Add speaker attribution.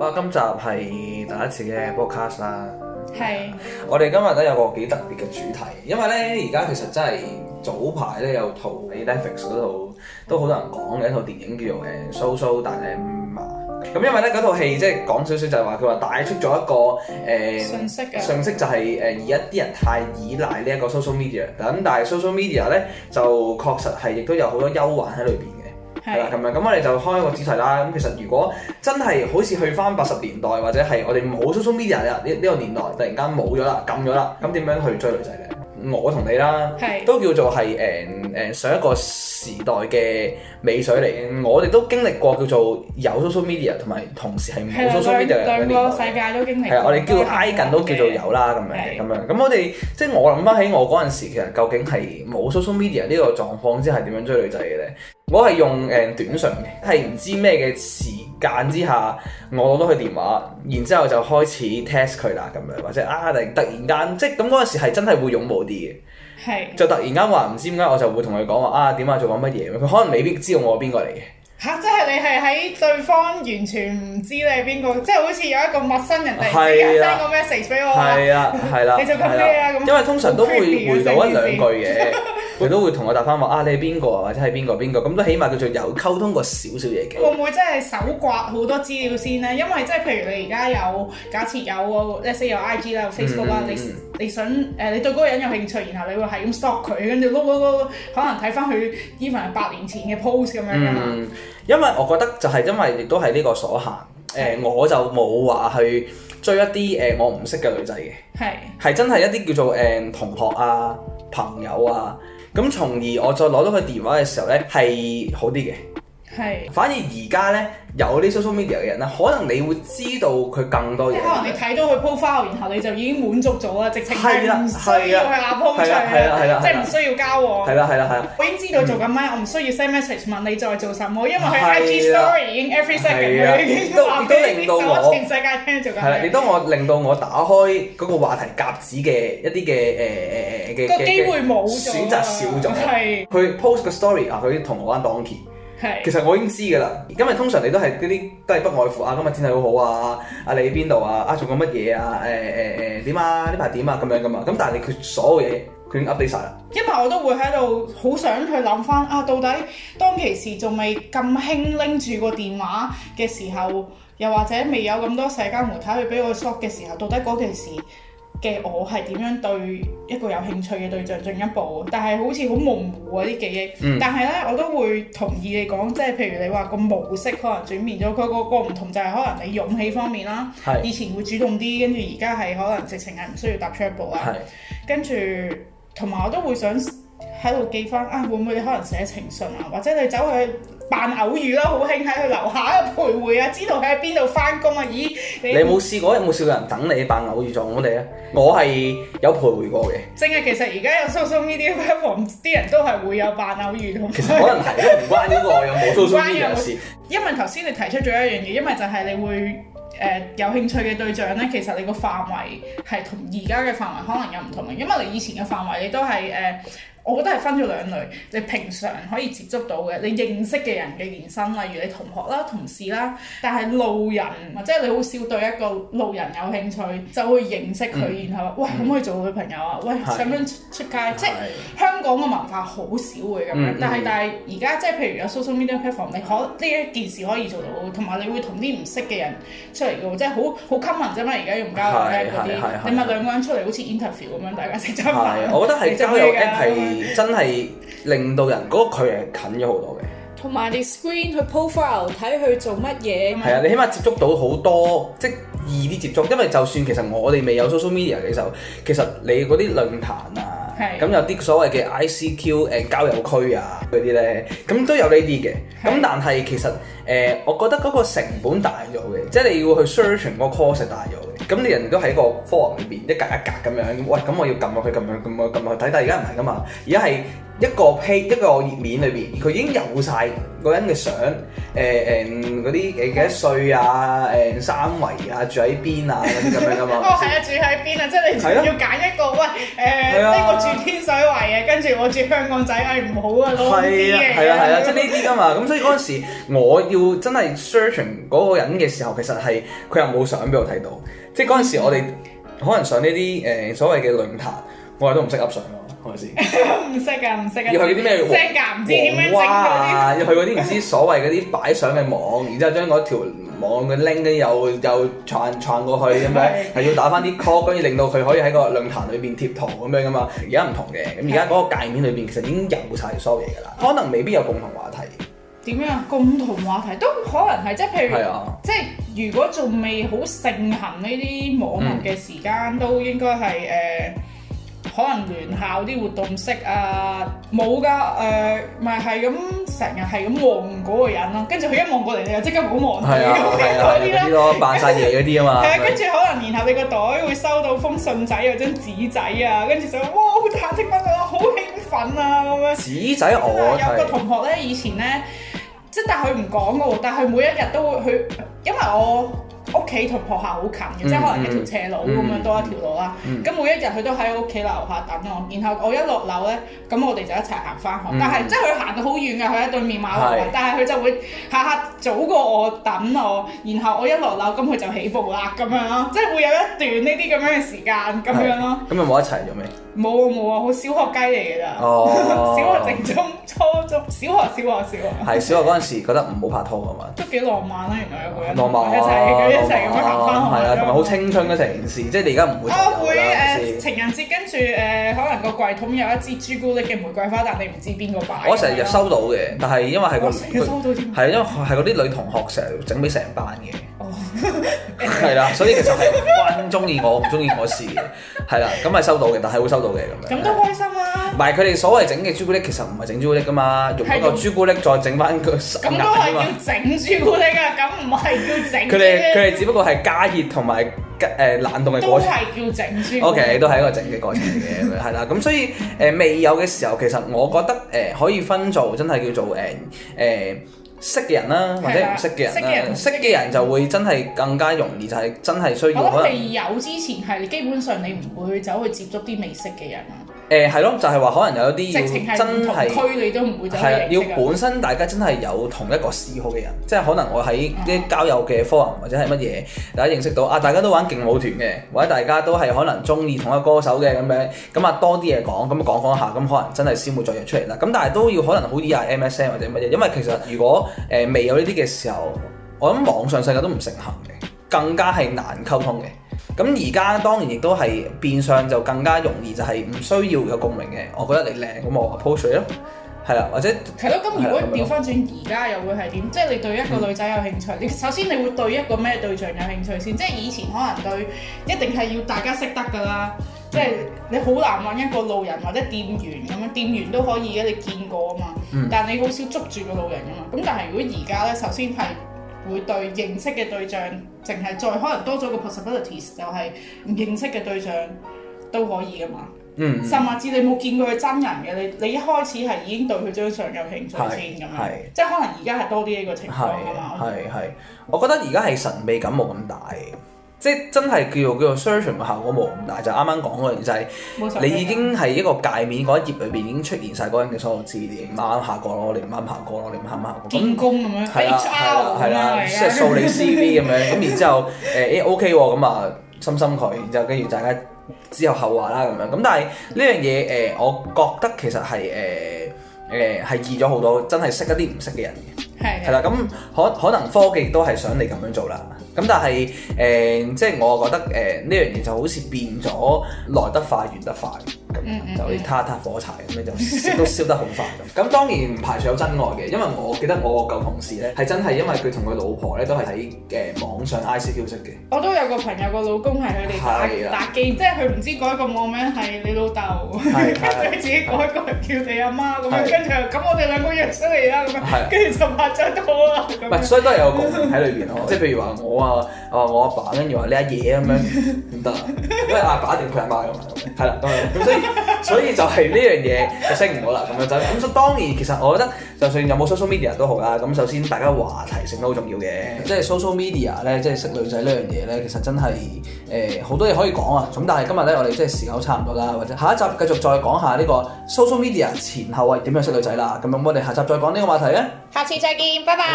Speaker 1: 哇！今集係第一次嘅 podcast 啦。
Speaker 2: 係
Speaker 1: 我哋今日咧有個幾特別嘅主題，因為咧而家其實真係早排咧有套喺 Netflix 嗰度都好多人講嘅一套電影叫做誒《呃蘇蘇大靚媽》。咁因為咧嗰套戲即係講少少就係話佢話帶出咗一個誒、
Speaker 2: 信息啊
Speaker 1: 信息就係誒而家啲人太依賴呢一個 social media，咁但係 social media 咧就確實係亦都有好多憂患喺裏邊嘅。係啊啦，
Speaker 2: 係
Speaker 1: 咁樣咁我哋就開一個主題啦。咁其實如果真係好似去翻八十年代或者係我哋冇 social media 啦，呢呢個年代突然間冇咗啦，禁咗啦，咁點樣去追女仔呢？我同你啦，
Speaker 2: 係
Speaker 1: 都叫做係誒誒上一個時代嘅尾水嚟嘅。我哋都經歷過叫做有 social media 同埋同時係冇
Speaker 2: 係
Speaker 1: social
Speaker 2: 啦
Speaker 1: media 嘅
Speaker 2: 兩
Speaker 1: 年
Speaker 2: 兩個
Speaker 1: 代。
Speaker 2: 世界都經歷過。
Speaker 1: 係啊，我哋叫做挨近都叫做有啦咁樣嘅
Speaker 2: 係
Speaker 1: 咁樣。咁我哋即係我諗翻起我嗰陣時，其實究竟係冇 social media 呢個狀況之下點樣追女仔嘅咧？我係用誒短信嘅，係唔知咩嘅時間之下，我攞到佢電話，然之後就開始 test 佢啦咁樣，或者啊突然突然間即係咁嗰陣時係真係會勇武啲嘅。
Speaker 2: 係
Speaker 1: 就突然間話唔知點解，我就會同佢講話啊點啊做緊乜嘢，佢可能未必知道我係邊個嚟嘅。
Speaker 2: 嚇，即係你係喺對方完全唔知你係邊個，即係好似有一個陌生人突然之間
Speaker 1: 係啦
Speaker 2: send 個 message 俾我話，
Speaker 1: 係啊 啦，係啦，
Speaker 2: 你做緊
Speaker 1: 係啦
Speaker 2: 咩啊咁
Speaker 1: 因為通常都會
Speaker 2: 好 creepy
Speaker 1: 回
Speaker 2: 嘅
Speaker 1: 到一兩
Speaker 2: 成件事
Speaker 1: 句 嘅，佢都會同我答翻話啊，你係邊個啊，或者係邊個邊個，咁都起碼叫做有溝通過少少嘢嘅。
Speaker 2: 會唔會真係搜刮好多資料先咧？因為即係譬如你而家有假設有 let's say 有 IG 啦、有 Facebook 啦
Speaker 1: 嗯，嗯
Speaker 2: 你
Speaker 1: 嗯
Speaker 2: 你想誒、你對嗰個人有興趣，然後你會係咁 stalk 佢，跟住碌碌碌，可能睇翻佢 even 係八年前嘅 post 咁樣㗎嘛。
Speaker 1: 嗯，因為我覺得就係因為亦都係呢個所限，誒我就冇話去追一啲誒我唔識嘅女仔嘅，
Speaker 2: 係
Speaker 1: 係真係一啲叫做誒同學啊、朋友啊，咁從而我再攞到佢電話嘅時候呢，係好啲嘅。
Speaker 2: 係。
Speaker 1: 反而而家呢，有啲 social media 嘅人咧，可能你會知道佢更多
Speaker 2: 即
Speaker 1: 嘢
Speaker 2: 係。可能你睇到佢 profile，然後你就已經滿足咗啦，直情係
Speaker 1: 係啊
Speaker 2: 唔需要去
Speaker 1: 係
Speaker 2: 阿
Speaker 1: 啊
Speaker 2: p o
Speaker 1: 係啊係啊係啊
Speaker 2: 即係唔需要交
Speaker 1: 係
Speaker 2: 往。
Speaker 1: 啦係啦係啦，
Speaker 2: 我已經知道做緊咩，我唔需要 send message 問你在做什麼，因為佢
Speaker 1: 係啊
Speaker 2: IG story 已經 every
Speaker 1: 係啊
Speaker 2: second 佢已經
Speaker 1: 都
Speaker 2: 話
Speaker 1: 都
Speaker 2: 俾
Speaker 1: 令到我
Speaker 2: 我全世界聽做緊
Speaker 1: 係啦，亦
Speaker 2: 咩。
Speaker 1: 都我令到我打開嗰個話題夾子嘅一啲嘅誒誒誒嘅
Speaker 2: 個機會冇咗，啊
Speaker 1: 選擇少咗。
Speaker 2: 係
Speaker 1: 佢 post 個 story 啊，佢同我玩 donkey，其
Speaker 2: 係
Speaker 1: 實我已經知㗎啦。因為通常你都係嗰啲都係不外乎啊，今日天氣好好啊，啊你邊度啊，啊做過乜嘢啊，誒誒誒點啊，呢排點啊咁樣㗎嘛。咁但係你佢所有嘢佢已經 update 晒啦。
Speaker 2: 因為我都會喺度好想去諗翻啊，到底當其時仲未咁興拎住個電話嘅時候，又或者未有咁多社交媒體去俾我 shop 嘅時候，到底嗰件事嘅我係點樣對一個有興趣嘅對象進一步？但係好似好模糊啊啲記憶。
Speaker 1: 嗯
Speaker 2: 但係咧，我都會同意你講，即係譬如你話個模式可能轉變咗，佢個個唔同就係可能你勇氣方面啦，
Speaker 1: 係
Speaker 2: 以前會主動啲，跟住而家係可能直情係唔需要踏出一步啊啦。
Speaker 1: 係
Speaker 2: 跟住同埋我都會想喺度記翻啊，會唔會你可能寫情信啊，或者你走去扮偶遇啦，好興喺佢樓下度徘徊啊，知道佢喺邊度翻工啊？咦，
Speaker 1: 你
Speaker 2: 你
Speaker 1: 有冇試過有冇試過人等你扮偶遇撞到你啊？我係有徘徊過嘅。
Speaker 2: 正啊係其實而家有 social media platform，啲人都係會有扮偶遇同埋
Speaker 1: 其實可能係都唔關呢個有冇 social
Speaker 2: 唔關
Speaker 1: media
Speaker 2: 有冇
Speaker 1: 事，
Speaker 2: 因為頭先你提出咗一樣嘢，因為就係你會誒、呃有興趣嘅對象咧，其實你個範圍係同而家嘅範圍可能有唔同嘅，因為你以前嘅範圍你都係誒、呃我覺得係分咗兩類，你平常可以接觸到嘅，你認識嘅人嘅延伸，例如你同學啦、同事啦，但係路人或者你好少對一個路人有興趣，就會認識佢，然後喂可唔可以做女朋友啊？喂
Speaker 1: 係
Speaker 2: 想唔想出出街？即係
Speaker 1: 係
Speaker 2: 香港嘅文化好少會咁樣，
Speaker 1: 嗯嗯
Speaker 2: 但係但係而家即係譬如有 social media platform，你可呢一件事可以做到，同埋你會同啲唔識嘅人出嚟嘅喎，即係好好 common 啫嘛。而家用交友
Speaker 1: 係
Speaker 2: app 嗰
Speaker 1: 係係係
Speaker 2: 啲，你咪兩個人出嚟好似 interview 咁樣，大家食餐
Speaker 1: 係，啊
Speaker 2: 飯。
Speaker 1: 我覺得係交友 app
Speaker 2: 你做咩
Speaker 1: 係
Speaker 2: 㗎
Speaker 1: 真係令到人嗰個距離係近咗好多嘅。
Speaker 3: 同埋你 screen 佢 profile 睇佢做乜嘢，
Speaker 1: 係啊，你起碼接觸到好多，即係易啲接觸。因為就算其實我哋未有 social media 嘅時候，其實你嗰啲論壇啊，
Speaker 2: 係
Speaker 1: 咁有啲所謂嘅 ICQ 誒、交友區啊嗰啲咧，咁都有呢啲嘅。咁
Speaker 2: 係
Speaker 1: 但係其實誒、呃我覺得嗰個成本大咗嘅，即係你要去 searching 嗰個 course 係大咗嘅。咁你人都喺個 forum 裏邊一格一格咁樣，喂，咁我要撳落去撳落去撳落去撳落去睇，但係而家唔係噶嘛，而家係一個 page 一個頁面裏邊，佢已經有晒嗰人嘅相，誒誒嗰啲誒幾多歲啊，誒、三圍啊，住喺邊啊嗰啲咁樣噶嘛。
Speaker 2: 哦，係啊，住喺邊啊？即係你
Speaker 1: 係啊
Speaker 2: 仲要揀一個，喂，誒
Speaker 1: 係啊
Speaker 2: 呢個住天水圍嘅，跟住我住香港仔，唉唔好啊，老啲
Speaker 1: 係啊
Speaker 2: 嘅，
Speaker 1: 係啊係啊，即係呢啲噶嘛。咁所以嗰陣時，我要真係 searching 嗰個人嘅時候，其實係佢又冇相俾我睇到。即係嗰陣時，我哋可能上呢啲誒所謂嘅論壇，我哋都唔識噏相咯，係咪先？
Speaker 2: 唔識啊，唔識
Speaker 1: 要
Speaker 2: 啊，
Speaker 1: 去嗰啲咩
Speaker 2: 即係夾唔知點樣整
Speaker 1: 黃
Speaker 2: 嗰
Speaker 1: 瓜
Speaker 2: 啲。
Speaker 1: 啊，要去嗰啲唔知所謂嗰啲擺相嘅網，然之後將嗰條網嘅 link 咧又又傳傳過去咁樣，係要打翻啲 call，跟住令到佢可以喺個論壇裏邊貼圖咁樣噶嘛。而家唔同嘅，咁而家嗰個界面裏邊其實已經有晒所有嘢噶
Speaker 2: 嗯
Speaker 1: 啦，可能未必有共同話題，
Speaker 2: 點樣啊共同話題都可能係即係譬
Speaker 1: 係
Speaker 2: 如，
Speaker 1: 啊，
Speaker 2: 即係如果仲未好盛行呢啲網絡嘅時間，都應該係誒，可能聯校啲活動識啊，冇㗎誒，咪係咁成日係咁望嗰個人咯，跟住佢一望過嚟，你就即刻唔好望佢
Speaker 1: 係啊，
Speaker 2: 咁
Speaker 1: 係啊，
Speaker 2: 樣嗰
Speaker 1: 有
Speaker 2: 啲
Speaker 1: 啲
Speaker 2: 咯。
Speaker 1: 咯，扮晒嘢嗰啲啊嘛
Speaker 2: 係。啊，跟住可能然後你個袋會收到封信仔，有張紙仔啊，跟住就哇好忐忑不安，好興奮啊咁樣。
Speaker 1: 紙仔我
Speaker 2: 有個
Speaker 1: 係
Speaker 2: 同學咧，以前咧，即係但係佢唔講嘅喎，但係佢每一日都會去，因為我屋企同學校好
Speaker 1: 嗯
Speaker 2: 近嘅，即係可能一條斜路咁樣多一條路啦。咁每一日佢都喺屋企樓下等我，然後我一落樓咧，咁我哋就一齊行翻學。但係即係佢行到好遠嘅，佢喺對面馬
Speaker 1: 嗯
Speaker 2: 路
Speaker 1: 係
Speaker 2: 嘅，但係佢就會下下早過我等我，然後我一落樓咁佢就起步啦咁樣咯，即係會有一段呢啲咁樣嘅時間咁樣咯。
Speaker 1: 咁有冇一齊做咩？
Speaker 2: 冇啊冇啊，好小學雞嚟㗎咋。
Speaker 1: 哦，
Speaker 2: 小學、正中、初中、小學、小學、小學，
Speaker 1: 係小學嗰陣時覺得唔好拍拖啊嘛。
Speaker 2: 都幾浪漫啦！原來有個人
Speaker 1: 浪漫啊
Speaker 2: 一齊一齊咁樣行翻學
Speaker 1: 係啊，同埋好
Speaker 2: 清。
Speaker 1: 青春嘅成件事，即係你而家唔會
Speaker 2: 我
Speaker 1: 再
Speaker 2: 會呃
Speaker 1: 有啦，係咪
Speaker 2: 誒
Speaker 1: 先
Speaker 2: 情人節跟住誒，可能個櫃桶有一支朱古力嘅玫瑰花，但你唔知邊個擺。
Speaker 1: 我成日，收到嘅，但係因為係個
Speaker 2: 我成日收到添。
Speaker 1: 係因為係嗰啲女同學成日整俾成班嘅，
Speaker 2: 哦
Speaker 1: 係啦，所以其實係唔關中意我唔中意我事嘅，係啦，咁係收到嘅，但係會收到嘅咁樣。
Speaker 2: 咁都開心啊！
Speaker 1: 唔係佢哋所謂整嘅朱古力，其實唔係整朱古力噶嘛，用嗰個
Speaker 2: 係用
Speaker 1: 朱古力再整翻個手
Speaker 2: 咁
Speaker 1: 眼
Speaker 2: 都
Speaker 1: 啊
Speaker 2: 係
Speaker 1: 嘛
Speaker 2: 要。整朱古力啊，咁唔係要整。
Speaker 1: 佢哋佢哋只不過係加熱同埋誒冷凍嘅
Speaker 2: 都
Speaker 1: 過程。
Speaker 2: 係叫整朱古力。
Speaker 1: O K，都係一個整嘅過程嚟 嘅，係啦。咁所以誒、未有嘅時候，其實我覺得誒、呃可以分做真係叫做誒誒、識嘅人啦，或者唔識嘅
Speaker 2: 係啦識嘅
Speaker 1: 人啦。
Speaker 2: 人
Speaker 1: 識嘅人就會真係更加容易，就係、真係需要
Speaker 2: 我
Speaker 1: 可
Speaker 2: 諗
Speaker 1: 能
Speaker 2: 未有之前係，你基本上你唔會走去接觸啲未識嘅人啊，嘅
Speaker 1: 誒呃係咯，就係、話可能有啲
Speaker 2: 直情
Speaker 1: 要
Speaker 2: 係唔
Speaker 1: 真
Speaker 2: 同
Speaker 1: 係。
Speaker 2: 區你都唔會走去
Speaker 1: 係啦，要
Speaker 2: 認識啊。
Speaker 1: 本身大家真係有同一個嗜好嘅人，即係可能我喺
Speaker 2: 嗯
Speaker 1: 啲交友嘅 forum 或者係乜嘢，大家認識到啊，大家都玩勁舞團嘅，或者大家都係可能中意同一個歌手嘅咁樣，咁啊多啲嘢講，咁講講下，咁可能真係先會再約出嚟啦。咁但係都要可能好啊依賴 MSN 或者乜嘢，因為其實如果誒、呃未有呢啲嘅時候，我諗網上世界都唔盛行嘅，更加係難溝通嘅。咁而家當然亦都係變相就更加容易，就係唔需要有共鳴嘅。我覺得你靚，咁我 approach 你咯，係啦，或者
Speaker 2: 係咯，咁如
Speaker 1: 係
Speaker 2: 果
Speaker 1: 啦咁樣
Speaker 2: 調翻轉而家又會係點？即係你對一個女仔有興趣，你
Speaker 1: 嗯
Speaker 2: 首先你會對一個咩對象有興趣先？即係以前可能對一定係要大家識得㗎啦，即係你好難揾一個路人或者店員咁樣，店員都可以嘅，你見過啊嘛。
Speaker 1: 嗯
Speaker 2: 但係你好少捉住個路人㗎嘛。咁但係如果而家咧，首先係會對認識嘅對象，淨係再可能多咗個 possibilities，就係唔認識嘅對象都可以㗎嘛。
Speaker 1: 嗯，
Speaker 2: 甚至你冇見過佢真人嘅，你你一開始係已經對佢張相有興趣先咁
Speaker 1: 係係
Speaker 2: 樣，即係可能而家係多啲呢個情況
Speaker 1: 係
Speaker 2: 啊嘛。我
Speaker 1: 係係，我覺得而家係神秘感冇咁大，即係真係叫做叫做 searching 嘅效果冇咁大，就啱啱講嗰樣就係、
Speaker 2: 冇所謂
Speaker 1: 你已經係一個界面嗰一頁裏邊已經出現晒嗰個人嘅所有資料，唔啱下個咯，你唔啱下個咯，你唔啱下個。咁
Speaker 2: 見工咁樣
Speaker 1: 係啦，係啦，係
Speaker 2: ，HR 咁
Speaker 1: 啦，即係
Speaker 2: 樣啊
Speaker 1: 掃你啊 CV 咁樣，咁然之後誒誒 OK 喎，咁啊深深佢，然之後跟住大家之後後話啦咁樣，咁但係呢樣嘢誒，我覺得其實係誒誒係易咗好多，真係識一啲唔識嘅人嘅。
Speaker 2: 係啊
Speaker 1: 係
Speaker 2: 啦，
Speaker 1: 啦，咁可可能科技都係想你咁樣做啦。咁但係誒、即係我覺得誒呢樣嘢就好似變咗來得快，完得快咁，
Speaker 2: 嗯嗯
Speaker 1: 就好似他他火柴咁樣就燒都 燒得好快咁。咁當然唔排除有真愛嘅，因為我記得我個舊同事咧係真係因為佢同佢老婆咧都係喺誒網上 ICQ 識嘅。
Speaker 2: 我都有個朋友個老公係佢
Speaker 1: 係
Speaker 2: 哋
Speaker 1: 啊
Speaker 2: 打打機，即係佢唔知改個網名係你老豆，
Speaker 1: 係
Speaker 2: 跟
Speaker 1: 係
Speaker 2: 住佢自己改個叫你阿媽咁
Speaker 1: 係
Speaker 2: 樣，跟住佢話咁我哋兩個約出嚟啦咁
Speaker 1: 係
Speaker 2: 樣，跟住就拍咗拖啦咁
Speaker 1: 唔係，
Speaker 2: 樣。
Speaker 1: 所以都係有個共鳴喺裏邊 咯。即係譬如話我啊，我話我阿爸，跟住話你阿爺咁樣唔得，因為阿爸一定佢阿媽噶嘛。係啦，咁樣咁所以 所以就係呢樣嘢就升唔到啦，咁樣就咁。所以當然其實我覺得，就算有冇 social media 都好啦，咁首先大家話題性都好重要嘅，即係 social media 咧，即係識女仔呢樣嘢咧，其實真係誒好多嘢可以講啊。咁但係今日咧，我哋即係時間差唔多啦，或者下一集繼續再講下呢個 social media 前後係點樣識女仔啦。咁樣我哋下集再講呢個話題咧。
Speaker 3: 下次再見，拜拜。